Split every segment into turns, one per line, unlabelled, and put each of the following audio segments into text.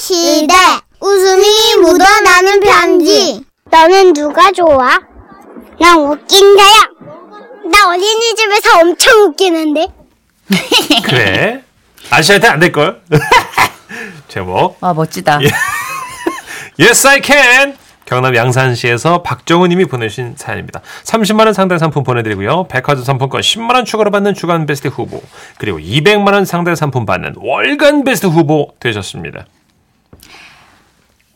시대 웃음이 묻어나는 편지 너는 누가 좋아? 난 웃긴 자야 나 어린이집에서 엄청 웃기는데
그래. 아저씨한테 안 될걸? 제목.
아 멋지다.
예. Yes, I can! 경남 양산시에서 박정우 님이 보내신 사연입니다. 30만원 상당 상품 보내드리고요. 백화점 상품권 10만원 추가로 받는 주간 베스트 후보, 그리고 200만원 상당 상품 받는 월간 베스트 후보 되셨습니다.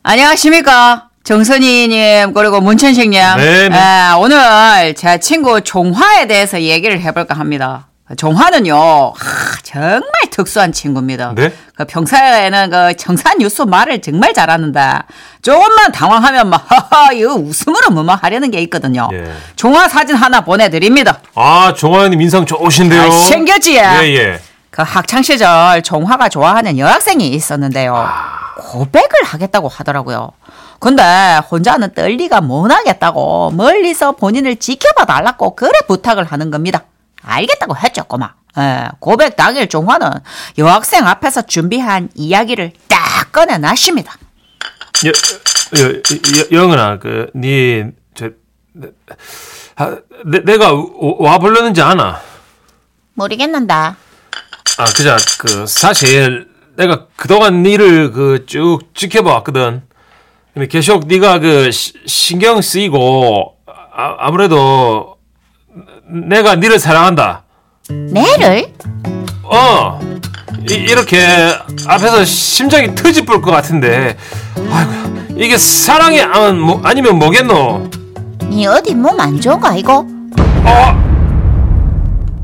안녕하십니까. 정선희님 그리고 문천식님.
네, 네.
아, 오늘 제 친구 종화에 대해서 얘기를 해볼까 합니다. 종화는요 하, 정말 특수한 친구입니다.
네?
그 평소에는 그 정산 뉴스 말을 정말 잘하는데 조금만 당황하면 막 하하 이거 웃음으로 뭐뭐 하려는 게 있거든요.
예.
종화 사진 하나 보내드립니다.
아, 정화님 인상 좋으신데요.
아, 생겼지?
예, 예.
그 학창 시절 종화가 좋아하는 여학생이 있었는데요. 고백을 하겠다고 하더라고요. 근데 혼자는 떨리가 못 하겠다고 멀리서 본인을 지켜봐 달라고 그래 부탁을 하는 겁니다. 알겠다고 했죠, 꼬마. 예, 고백 당일 종화는 여학생 앞에서 준비한 이야기를 딱 꺼내놨습니다.
여, 여, 여, 영은아, 그, 니, 저, 아, 내, 내가 와 불렀는지 아나?
모르겠는다.
아, 그자, 그, 사실, 내가 그동안 니를 그, 쭉 지켜봐왔거든. 근데 계속 니가 그, 시- 신경 쓰이고, 아, 아무래도, 내가 니를 사랑한다.
내를?
어! 이, 이렇게 앞에서 심장이 터집을 것 같은데, 아이고, 이게 사랑이 아, 뭐, 아니면 뭐겠노?
니 어디 몸 안 좋은가, 이거?
어!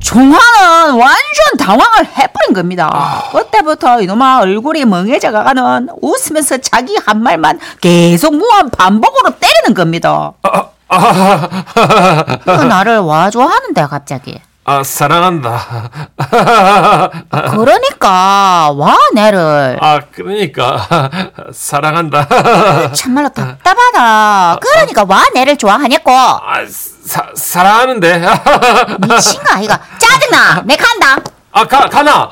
종화는 완전 당황을 해버린 겁니다. 그때부터 이놈아 얼굴이 멍해져가는 웃으면서 자기 한 말만 계속 무한 반복으로 때리는 겁니다.
아, 아,
그 나를 와 좋아하는데 갑자기.
아, 사랑한다.
그러니까 와 내를
아, 그러니까, 사랑한다.
참말로 답답하다. 그러니까 와 내를 좋아하냐고
아, 사, 사랑하는데.
미친 거 아이가 짜증나. 내가 간다.
아, 가, 가나.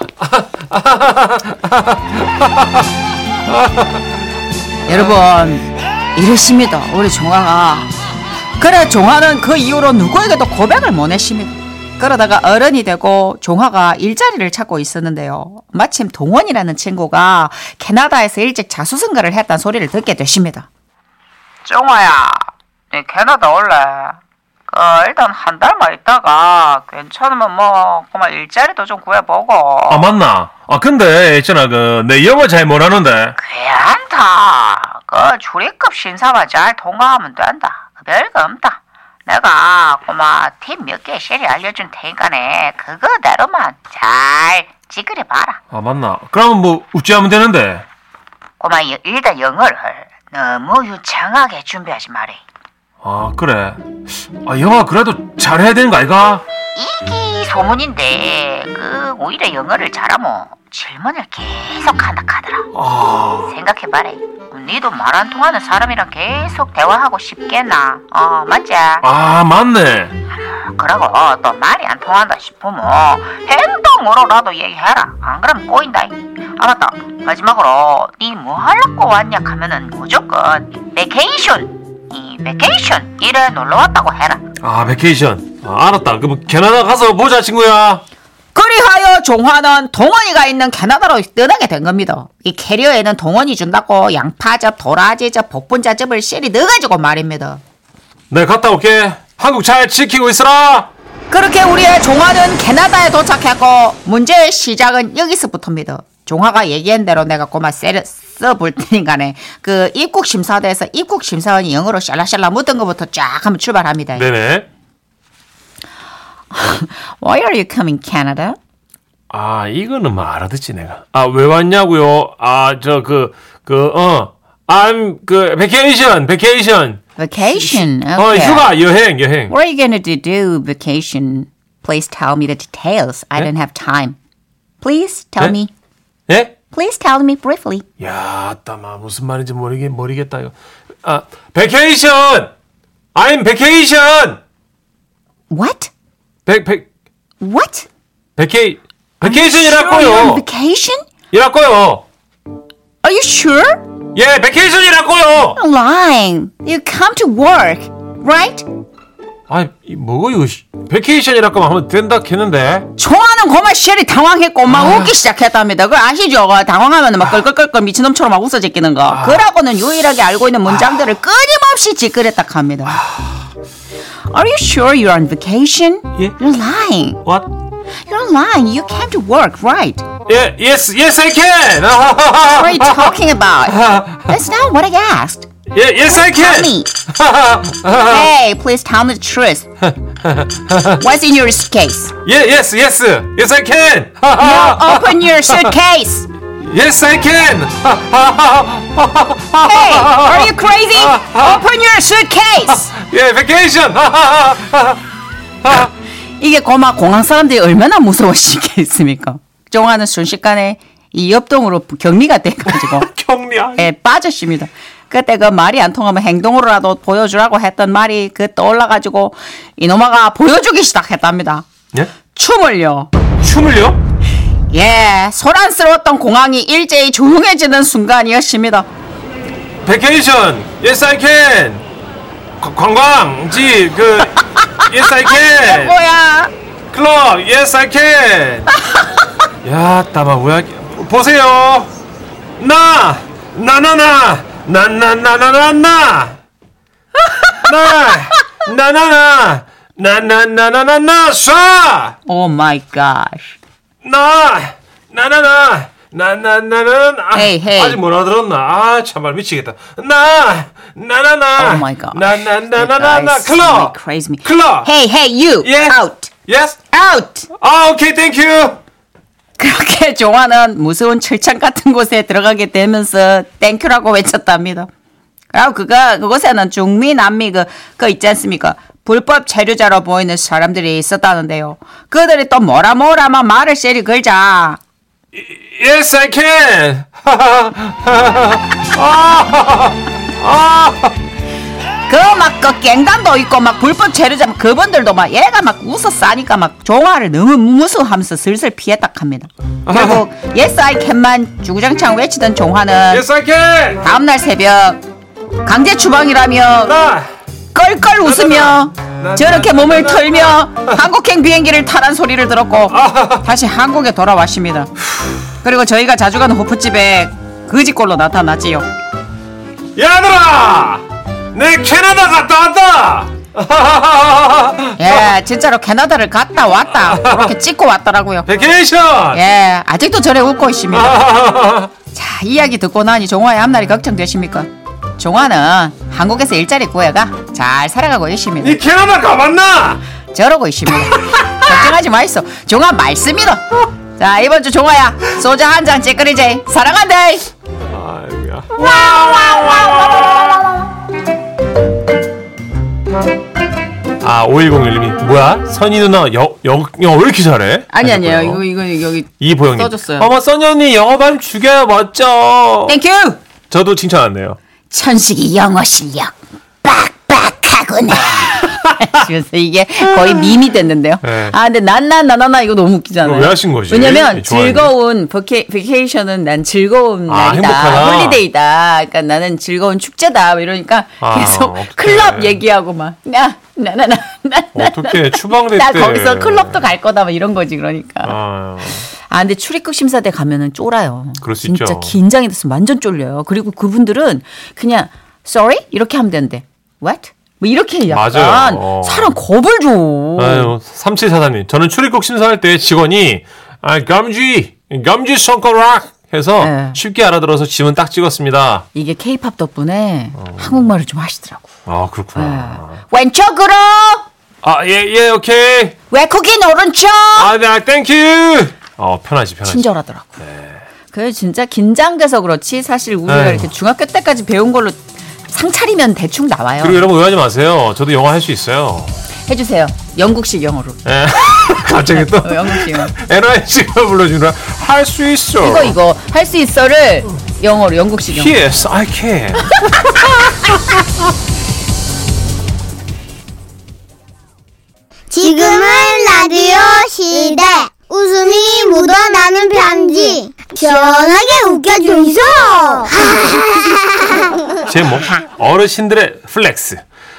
여러분 이랬습니다 우리 종아가 그래 종아는 그 이후로 누구에게도 고백을 못 했습니다 그러다가 어른이 되고 종아가 일자리를 찾고 있었는데요 마침 동원이라는 친구가 캐나다에서 일찍 자수성가를 했다는 소리를 듣게 되십니다 종아야 캐나다 올래 그 일단 한 달만 있다가 괜찮으면 뭐 그만 일자리도 좀 구해보고
아, 맞나? 아, 근데, 있잖아, 그, 내 영어 잘 모르는데.
괜찮다. 그 주리급 심사만 잘 통과하면 된다. 그 별거 없다. 내가 고마 팀 몇 개 실이 알려준 테니까네 그거대로만 잘 지그리 봐라.
아, 맞나? 그러면 뭐, 우찌하면 되는데.
고마 여- 일단 영어를 너무 유창하게 준비하지 말해.
아, 그래. 아, 영어 그래도 잘해야 되는 거 아이가?
이게 소문인데 그 오히려 영어를 잘하면 질문을 계속 한다 카더라.
아,
생각해봐라. 니도 말 안 통하는 사람이랑 계속 대화하고 싶겠나? 어 맞지?
아, 맞네.
그러고 또 말이 안 통한다 싶으면 행동으로라도 얘기해라. 안 그러면 꼬인다. 아 맞다. 마지막으로 니 뭐 하려고 왔냐 하면은 무조건 베케이션. 이 베케이션 이래 놀러 왔다고 해라.
아, 베케이션. 아, 알았다. 그럼 캐나다 가서 보자, 친구야.
그리하여 종화는 동원이가 있는 캐나다로 떠나게 된 겁니다. 이 캐리어에는 동원이 준다고 양파즙, 도라지즙, 복분자즙을 실이 넣어가지고 말입니다.
네, 갔다 올게. 한국 잘 지키고 있어라.
그렇게 우리의 종화는 캐나다에 도착했고 문제의 시작은 여기서부터입니다. 종화가 얘기한 대로 내가 꼬마 쎄를 써볼 테니까네. 그 입국 심사대에서 입국 심사원이 영어로 샬라샬라 묻은 것부터 쫙 하면 출발합니다.
네네.
Why are you coming Canada?
아, 이거는 뭐 알아듣지, 내가. 아, 왜 왔냐고요? 아, 저, 그, 그, 어. I'm, 그, 베케이션, 베케이션.
Vacation.
어,
Okay. 뭐-
휴가, 여행, 여행.
What are you going to do vacation? Please tell me the details. I
네?
don't have time. Please tell
네?
me.
예?
Please tell me briefly.
야, 따마, 무슨 말인지 모르겠, 모르겠다, 이거. 아, 베케이션! I'm 베케이션!
What?
베, 베,
What?
베케이,
Sure you're on
베케이션이라고요!
vacation?
이라고요!
Are you sure?
예, 베케이션이라고요.
Lying. You come to work, right?
아, 뭐 이거 씨. 베케이션이라고만 하면 된다 했는데.
총하는 고마 쉘이 당황했고 막 웃기 시작했답니다. 그 아시죠? 그 당황하면 막 끌끌끌끌 미친놈처럼 막 웃어지끼는 거. 그러고는 유일하게 알고 있는 문장들을 끊임없이 짓거렸다 합니다. Are you sure you're on vacation?
예?
You're lying.
What?
You're lying. You came to work, right?
예, yes, yes I can.
What are you talking about? That's not what I asked.
예, yes I can.
Tell me. Hey, please tell me the truth. What's in your suitcase?
예, yes, yes, yes I can.
Open your suitcase.
yes I can.
Hey, are you crazy? Open your suitcase.
예, 베케이션.
이게 고마 공항 사람들이 얼마나 무서워시겠습니까? 정화는 순식간에 이 협동으로 격리가 돼가지고
경리야.
에 빠졌습니다. 그때 그 말이 안 통하면 행동으로라도 보여주라고 했던 말이 그 떠올라가지고 이놈아가 보여주기 시작했답니다.
예?
춤을요.
춤을요?
예, 소란스러웠던 공항이 일제히 조용해지는 순간이었습니다.
베케이션. yes I can. 관- 관광지 그 yes I can.
뭐야?
클럽 yes I can 야 따마 뭐야 보세요 나 나나나 나나나나나나 나 나나나 나나나나나나 쏴나
오 마이 갓.
나나나 나나나는 아,
Hey, hey.
아직 못 알아들었나 아 참말 미치겠다 나 아, 나나나
Oh my god.
나나나나나나
That guy is really
클럽
crazy me.
클럽
Hey, hey, you.
예
Out.
yes
Out.
아 오케이 땡큐
그렇게 종아는 무서운 철창 같은 곳에 들어가게 되면서 땡큐라고 외쳤답니다. 그리고 그가 그곳에는 중미 남미 그, 그 있지 않습니까? 불법 체류자로 보이는 사람들이 있었다는데요. 그들이 또 뭐라 뭐라 막 말을 쉐리 걸자.
Yes, I can. 아,
그 막 그 갱단도 있고 막 불법 체류자 막 그분들도 막 얘가 막 웃어 싸니까 막 종아를 너무 무서워하면서 슬슬 피했다 합니다. 결국 yes I can만 주구장창 외치던 종아는
yes, I can.
다음날 새벽 강제 추방이라며
나,
껄껄 웃으며
나,
저렇게
나,
몸을
나, 나,
털며 한국행 비행기를 타란 소리를 들었고 다시 한국에 돌아왔습니다. 그리고 저희가 자주 가는 호프집에 그지꼴로 나타났지요.
얘들아, 내 캐나다 갔다 왔다.
예, 진짜로 캐나다를 갔다 왔다. 그렇게 찍고 왔더라고요.
베케이션.
예, 아직도 저래 웃고 있습니다. 자, 이야기 듣고 나니 종화의 앞날이 걱정되십니까? 종화는 한국에서 일자리 구해가 잘 살아가고 있습니다.
니 캐나다 가봤나?
저러고 있습니다. 걱정하지 마이소. 종아 말씀이다. 자 이번 주 종아야 소주 한 잔 찌끄리제 사랑한다.
아이고야. 아, 5101님이 뭐야? 선희 누나 여, 여, 영어 왜 이렇게 잘해?
아니 아니요 이거 이거 여기
이보영님.
써줬어요.
어머, 써니 언니 영어 발음 죽여요. 멋져.
땡큐
저도 칭찬하네요.
천식이 영어 실력 빡빡하구나. 그래서 이게 거의 밈이 됐는데요.
네.
아 근데 난난나나나 이거 너무 웃기잖아요.
이거 왜 하신 거지? 좋아하는데.
왜냐면 즐거운 버케, 베케이션은 난 즐거운
아,
날이다,
행복하다.
홀리데이다. 그러니까 나는 즐거운 축제다. 뭐 이러니까
아,
계속
어떡해.
클럽 얘기하고 막 야, 나나나 나나.
어떻게 추방됐대?
나
네.
거기서 클럽도 갈 거다 막 이런 거지 그러니까
아,
아 근데 출입국 심사 때 가면은 쫄아요
그럴 수
진짜
있죠.
긴장이 됐으면 완전 쫄려요 그리고 그분들은 그냥 sorry 이렇게 하면 되는데 what 뭐 이렇게 약간
맞아요. 어.
사람 겁을 줘
아유, 삼칠사사님. 저는 출입국 심사할 때 직원이 아, 감지, 감지 손가락 해서
네.
쉽게 알아들어서 지문 딱 찍었습니다.
이게 케이팝 덕분에 한국말을 좀 하시더라고
어. 아, 그렇구나.
왼쪽으로 네.
아, 예, 예, 오케이.
외국인 오른쪽
아, 네, 아, 땡큐. 어, 편하지, 편하지.
친절하더라고
네.
그래 진짜 긴장돼서 그렇지 사실 우리가
에휴.
이렇게 중학교 때까지 배운 걸로 상차리면 대충 나와요
그리고 여러분 오해하지 마세요. 저도 영어 할 수 있어요.
해주세요 영국식 영어로
예. 갑자기 또
어, 영국식 영어
NIC가 불러주느라 할 수 있어.
이거 이거 할 수 있어를 영어로 영국식 영어.
Yes, I can.
지금은 라디오 시대. 웃음이 묻어나는 편지. 시원하게 웃겨주이소.
제목 어르신들의 플렉스.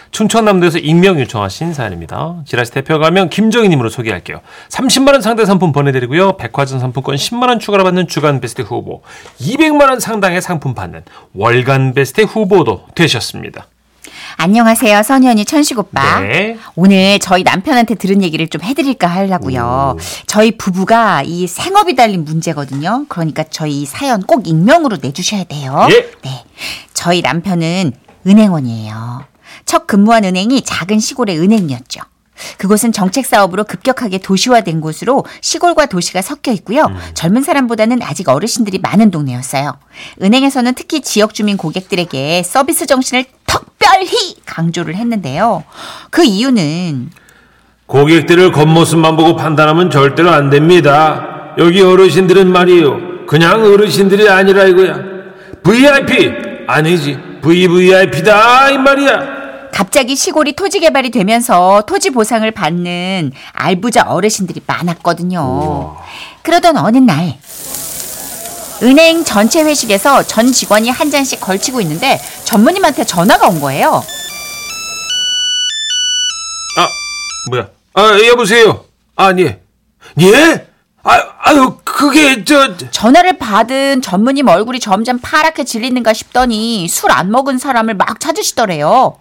춘천남도에서 익명 요청하신 사연입니다. 지라시 대표 가면 김정희님으로 소개할게요. 30만 원 상당 상품 보내드리고요. 백화점 상품권 10만 원 추가로 받는 주간 베스트 후보, 200만 원 상당의 상품 받는 월간 베스트 후보도 되셨습니다.
안녕하세요, 선현이 천식 오빠.
네.
오늘 저희 남편한테 들은 얘기를 좀 해드릴까 하려고요. 저희 부부가 이 생업이 달린 문제거든요. 그러니까 저희 이 사연 꼭 익명으로 내주셔야 돼요.
예.
네. 저희 남편은 은행원이에요. 첫 근무한 은행이 작은 시골의 은행이었죠. 그곳은 정책 사업으로 급격하게 도시화된 곳으로 시골과 도시가 섞여 있고요. 젊은 사람보다는 아직 어르신들이 많은 동네였어요. 은행에서는 특히 지역 주민 고객들에게 서비스 정신을 특별히 강조를 했는데요. 그 이유는
고객들을 겉모습만 보고 판단하면 절대로 안 됩니다. 여기 어르신들은 말이요. 그냥 어르신들이 아니라 이거야. VIP! 아니지. VVIP다, 이 말이야.
갑자기 시골이 토지 개발이 되면서 토지 보상을 받는 알부자 어르신들이 많았거든요. 그러던 어느 날 은행 전체 회식에서 전 직원이 한 잔씩 걸치고 있는데 전무님한테 전화가 온 거예요.
아, 뭐야. 아, 여보세요. 아니. 예? 아, 아유, 그게, 저,
전화를 받은 전무님 얼굴이 점점 파랗게 질리는가 싶더니 술 안 먹은 사람을 막 찾으시더래요.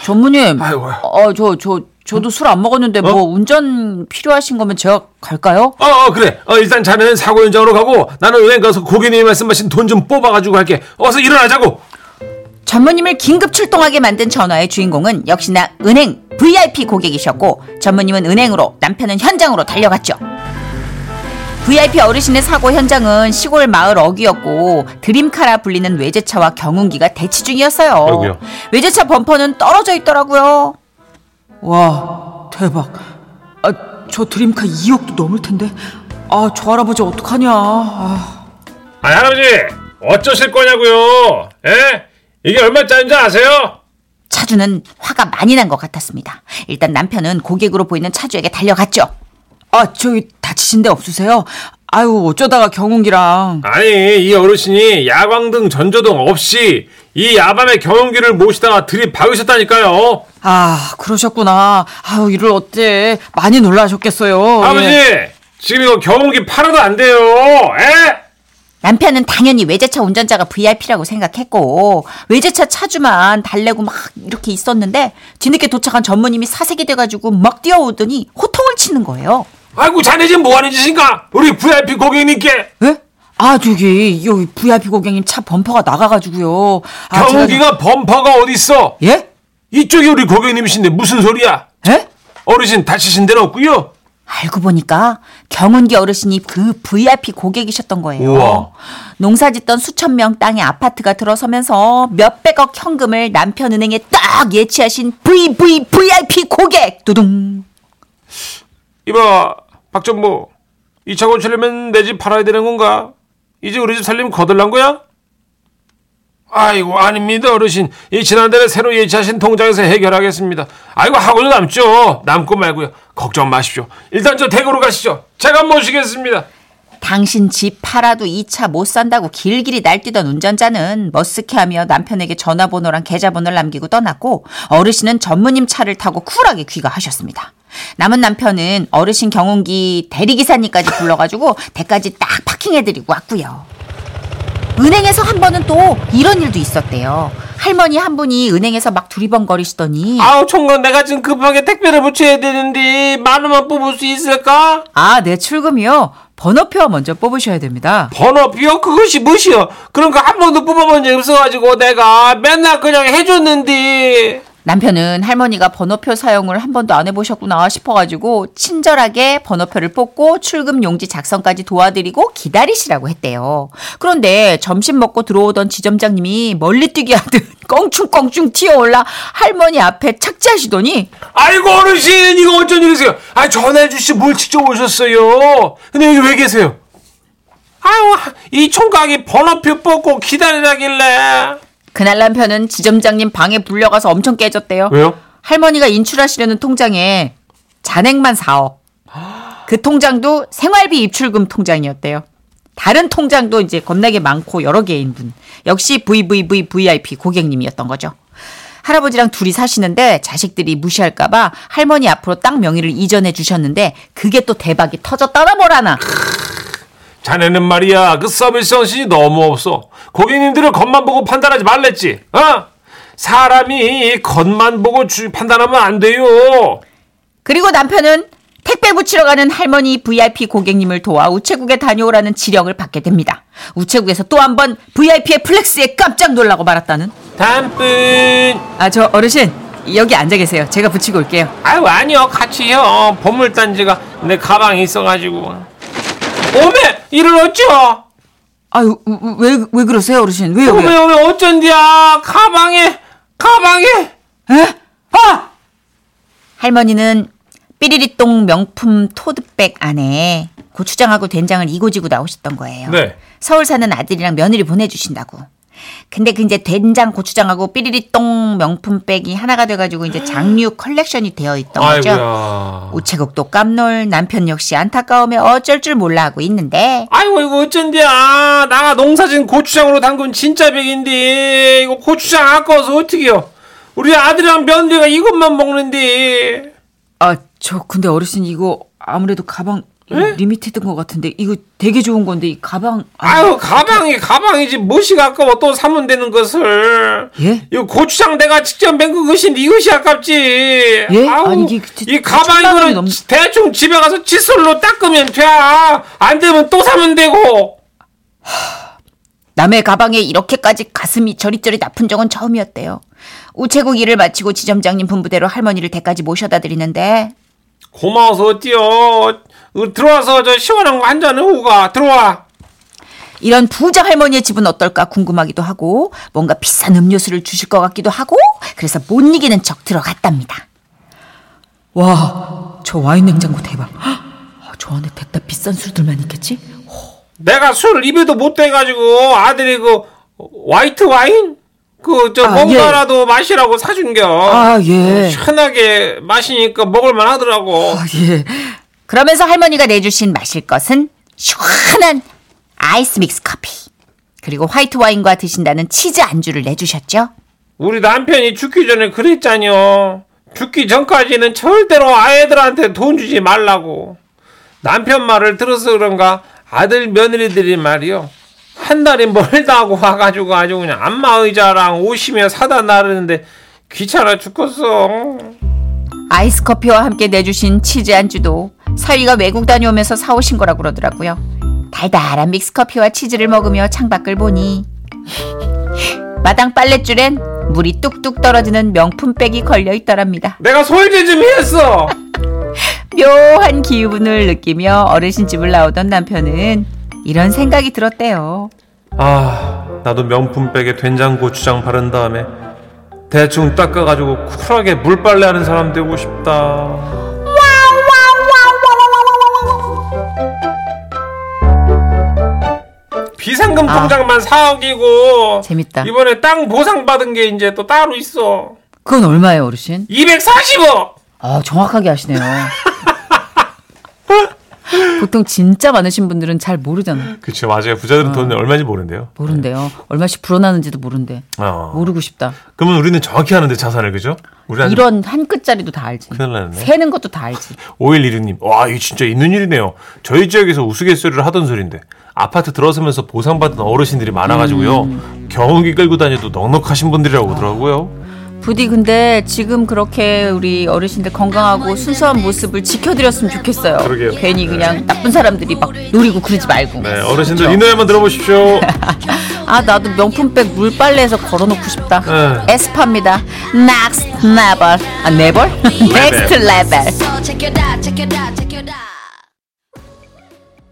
전무님,
아이고.
어, 저, 저, 저도 술 안 먹었는데 뭐 운전 필요하신 거면 제가 갈까요?
어, 어, 그래. 어, 일단 자네는 사고 현장으로 가고, 나는 은행 가서 고객님이 말씀하신 돈 좀 뽑아가지고 할게. 어서 일어나자고.
전무님을 긴급 출동하게 만든 전화의 주인공은 역시나 은행 VIP 고객이셨고 전무님은 은행으로 남편은 현장으로 달려갔죠. VIP 어르신의 사고 현장은 시골 마을 어귀였고 드림카라 불리는 외제차와 경운기가 대치 중이었어요.
아이고야.
외제차 범퍼는 떨어져 있더라고요.
와 대박. 아, 저 드림카 2억도 넘을 텐데. 아 저 할아버지 어떡하냐. 아,
아 할아버지 어쩌실 거냐고요? 에? 이게 얼마짜린지 아세요?
차주는 화가 많이 난 것 같았습니다. 일단 남편은 고객으로 보이는 차주에게 달려갔죠.
아 저기 다치신 데 없으세요? 아유 어쩌다가 경운기랑.
아니 이 어르신이 야광등 전조등 없이 이 야밤에 경운기를 모시다가 들이박으셨다니까요
아 그러셨구나. 아유 이를 어째 많이 놀라셨겠어요.
아버지
예.
지금 이거 경운기 팔아도 안 돼요 예? 에?
남편은 당연히 외제차 운전자가 VIP라고 생각했고 외제차 차주만 달래고 막 이렇게 있었는데 뒤늦게 도착한 전무님이 사색이 돼가지고 막 뛰어오더니 호통을 치는 거예요.
아이고 자네 지금 뭐하는 짓인가 우리 VIP 고객님께
예? 아 저기 여기 VIP 고객님 차 범퍼가 나가가지고요. 아, 제가-
경운기가 범퍼가 어딨어
예?
이쪽이 우리 고객님이신데 무슨 소리야
예?
어르신 다치신 데는 없고요
알고 보니까 경운기 어르신이 그 VIP 고객이셨던 거예요.
우와.
농사 짓던 수천 명 땅의 아파트가 들어서면서 몇백억 현금을 남편 은행에 딱 예치하신 VVVIP 고객! 두둥!
이봐 박전보 이 차 고치려면 내 집 팔아야 되는 건가? 이제 우리 집 살림 거덜난 거야? 아이고 아닙니다 어르신 이 지난달에 새로 예치하신 통장에서 해결하겠습니다 아이고 하고는 남죠 남고 말고요 걱정 마십시오 일단 저 대구로 가시죠 제가 모시겠습니다
당신 집 팔아도 이 차 못 산다고 길길이 날뛰던 운전자는 머쓱해하며 남편에게 전화번호랑 계좌번호를 남기고 떠났고 어르신은 전무님 차를 타고 쿨하게 귀가하셨습니다. 남은 남편은 어르신 경운기 대리기사님까지 불러가지고 대까지 딱 파킹해드리고 왔고요. 은행에서 한 번은 또 이런 일도 있었대요. 할머니 한 분이 은행에서 막 두리번거리시더니
아우 총각 내가 지금 급하게 택배를 붙여야 되는데 만 원만 뽑을 수 있을까?
아, 네, 출금이요. 번호표 먼저 뽑으셔야 됩니다.
번호표 그것이 무엇이여 그런 거 한 번도 뽑아본 적 없어가지고 내가 맨날 그냥 해줬는데
남편은 할머니가 번호표 사용을 한 번도 안 해보셨구나 싶어가지고 친절하게 번호표를 뽑고 출금 용지 작성까지 도와드리고 기다리시라고 했대요. 그런데 점심 먹고 들어오던 지점장님이 멀리 뛰기 하듯 껑충껑충 튀어올라 할머니 앞에 착지하시더니
아이고 어르신 이거 어쩐 일이세요? 아 전화해 주시 뭘 직접 오셨어요? 근데 여기 왜 계세요? 아유 이 총각이 번호표 뽑고 기다리라길래
그날 남편은 지점장님 방에 불려가서 엄청 깨졌대요.
왜요?
할머니가 인출하시려는 통장에 잔액만 4억. 그 통장도 생활비 입출금 통장이었대요. 다른 통장도 이제 겁나게 많고 여러 개인 분. 역시 VVVVIP 고객님이었던 거죠. 할아버지랑 둘이 사시는데 자식들이 무시할까봐 할머니 앞으로 땅 명의를 이전해 주셨는데 그게 또 대박이 터졌다나 뭐라나.
자네는 말이야 그 서비스 정신이 너무 없어 고객님들을 겉만 보고 판단하지 말랬지 어? 사람이 겉만 보고 주- 판단하면 안 돼요
그리고 남편은 택배 붙이러 가는 할머니 VIP 고객님을 도와 우체국에 다녀오라는 지령을 받게 됩니다. 우체국에서 또 한 번 VIP의 플렉스에 깜짝 놀라고 말았다는.
단뿐
아, 저 어르신, 여기 앉아 계세요. 제가 붙이고 올게요.
아유 아니요 같이요 보물단지가 내 가방에 있어가지고 오메 이를 어쩌
아유, 왜, 왜 그러세요, 어르신? 왜요?
오메 오메 어쩐디야 가방에 가방에
아! 할머니는 삐리리똥 명품 토드백 안에 고추장하고 된장을 이고지고 나오셨던 거예요.
네.
서울 사는 아들이랑 며느리 보내주신다고. 근데 그 이제 된장, 고추장하고 삐리리똥 명품 백이 하나가 돼가지고 이제 장류 컬렉션이 되어 있던 거죠.
아이고야
우체국도 깜놀, 남편 역시 안타까움에 어쩔 줄 몰라 하고 있는데
아이고 이거 어쩐디야 나가 농사진 고추장으로 담근 진짜 백인데 이거 고추장 아까워서 어떡해요 우리 아들이랑 며느리가 이것만 먹는데
아, 저 근데 어르신 이거 아무래도 가방 리미티드인 것 같은데 이거 되게 좋은 건데 이 가방
아유 가방이 가방이지 무엇이 아까워 또 사면 되는 것을
예?
이거 고추장 내가 직접 맹근 것인데 이것이 아깝지
예?
아우,
아니, 이게 그-
이
천만 원이
가방이거는
넘-
대충 집에 가서 칫솔로 닦으면 돼 안 되면 또 사면 되고
남의 가방에 이렇게까지 가슴이 저릿저릿 아픈 적은 처음이었대요. 우체국 일을 마치고 지점장님 분부대로 할머니를 댁까지 모셔다 드리는데
고마워서 어때요 어, 들어와서 저 시원한 거 한 잔 하고 가 들어와
이런 부자 할머니의 집은 어떨까 궁금하기도 하고 뭔가 비싼 음료수를 주실 것 같기도 하고 그래서 못 이기는 척 들어갔답니다.
와, 저 와인 냉장고 대박. 아, 저 안에 됐다 비싼 술들만 있겠지?
내가 술 입에도 못 대가지고 아들이 그 화이트 와인 그 저
아,
뭔가라도 마시라고 사준겨.
아, 예.
시원하게 마시니까 먹을만 하더라고.
아, 예.
그러면서 할머니가 내주신 마실 것은 시원한 아이스 믹스 커피 그리고 화이트 와인과 드신다는 치즈 안주를 내주셨죠.
우리 남편이 죽기 전에 그랬잖여. 죽기 전까지는 절대로 아이들한테 돈 주지 말라고. 남편 말을 들어서 그런가 아들 며느리들이 말이요. 한 달이 멀다고 와가지고 아주 그냥 안마의자랑 오시며 사다 나르는데 귀찮아 죽겠어.
아이스 커피와 함께 내주신 치즈 안주도 사위가 외국 다녀오면서 사오신 거라고 그러더라고요. 달달한 믹스 커피와 치즈를 먹으며 창밖을 보니 마당 빨랫줄엔 물이 뚝뚝 떨어지는 명품백이 걸려 있더랍니다.
내가 소일제 좀 했어.
묘한 기분을 느끼며 어르신 집을 나오던 남편은 이런 생각이 들었대요.
아, 나도 명품백에 된장 고추장 바른 다음에 대충 닦아가지고 쿨하게 물빨래하는 사람 되고 싶다. 비상금
아.
통장만 4억이고
재밌다.
이번에 땅 보상 받은 게 이제 또 따로 있어.
그건 얼마예요, 어르신?
240억.
아, 정확하게 아시네요. 보통 진짜 많으신 분들은 잘 모르잖아요.
그쵸 맞아요. 부자들은 돈이 얼마인지 모른대요.
모른대요. 얼마씩 불어나는지도 모른대.
어.
모르고 싶다.
그러면 우리는 정확히 하는데 자산을 그죠? 우리는
이런 한 끝짜리도 다 알지.
큰일 났네.
세는 것도 다 알지.
5116님, 와, 이거 진짜 있는 일이네요. 저희 지역에서 우스갯소리를 하던 소리인데, 아파트 들어서면서 보상받은 어르신들이 많아가지고요. 경운기 끌고 다녀도 넉넉하신 분들이라고 그러더라고요.
부디 근데 지금 그렇게 우리 어르신들 건강하고 순수한 모습을 지켜드렸으면 좋겠어요.
그러게요.
괜히 그냥 나쁜 사람들이 막 노리고 그러지 말고.
네, 어르신들 이 노래만 들어보십시오.
아 나도 명품백 물빨래에서 걸어놓고 싶다.
네.
에스파입니다. Next level, 아, 네벌? Next level.
So check it out, check it out, check it out.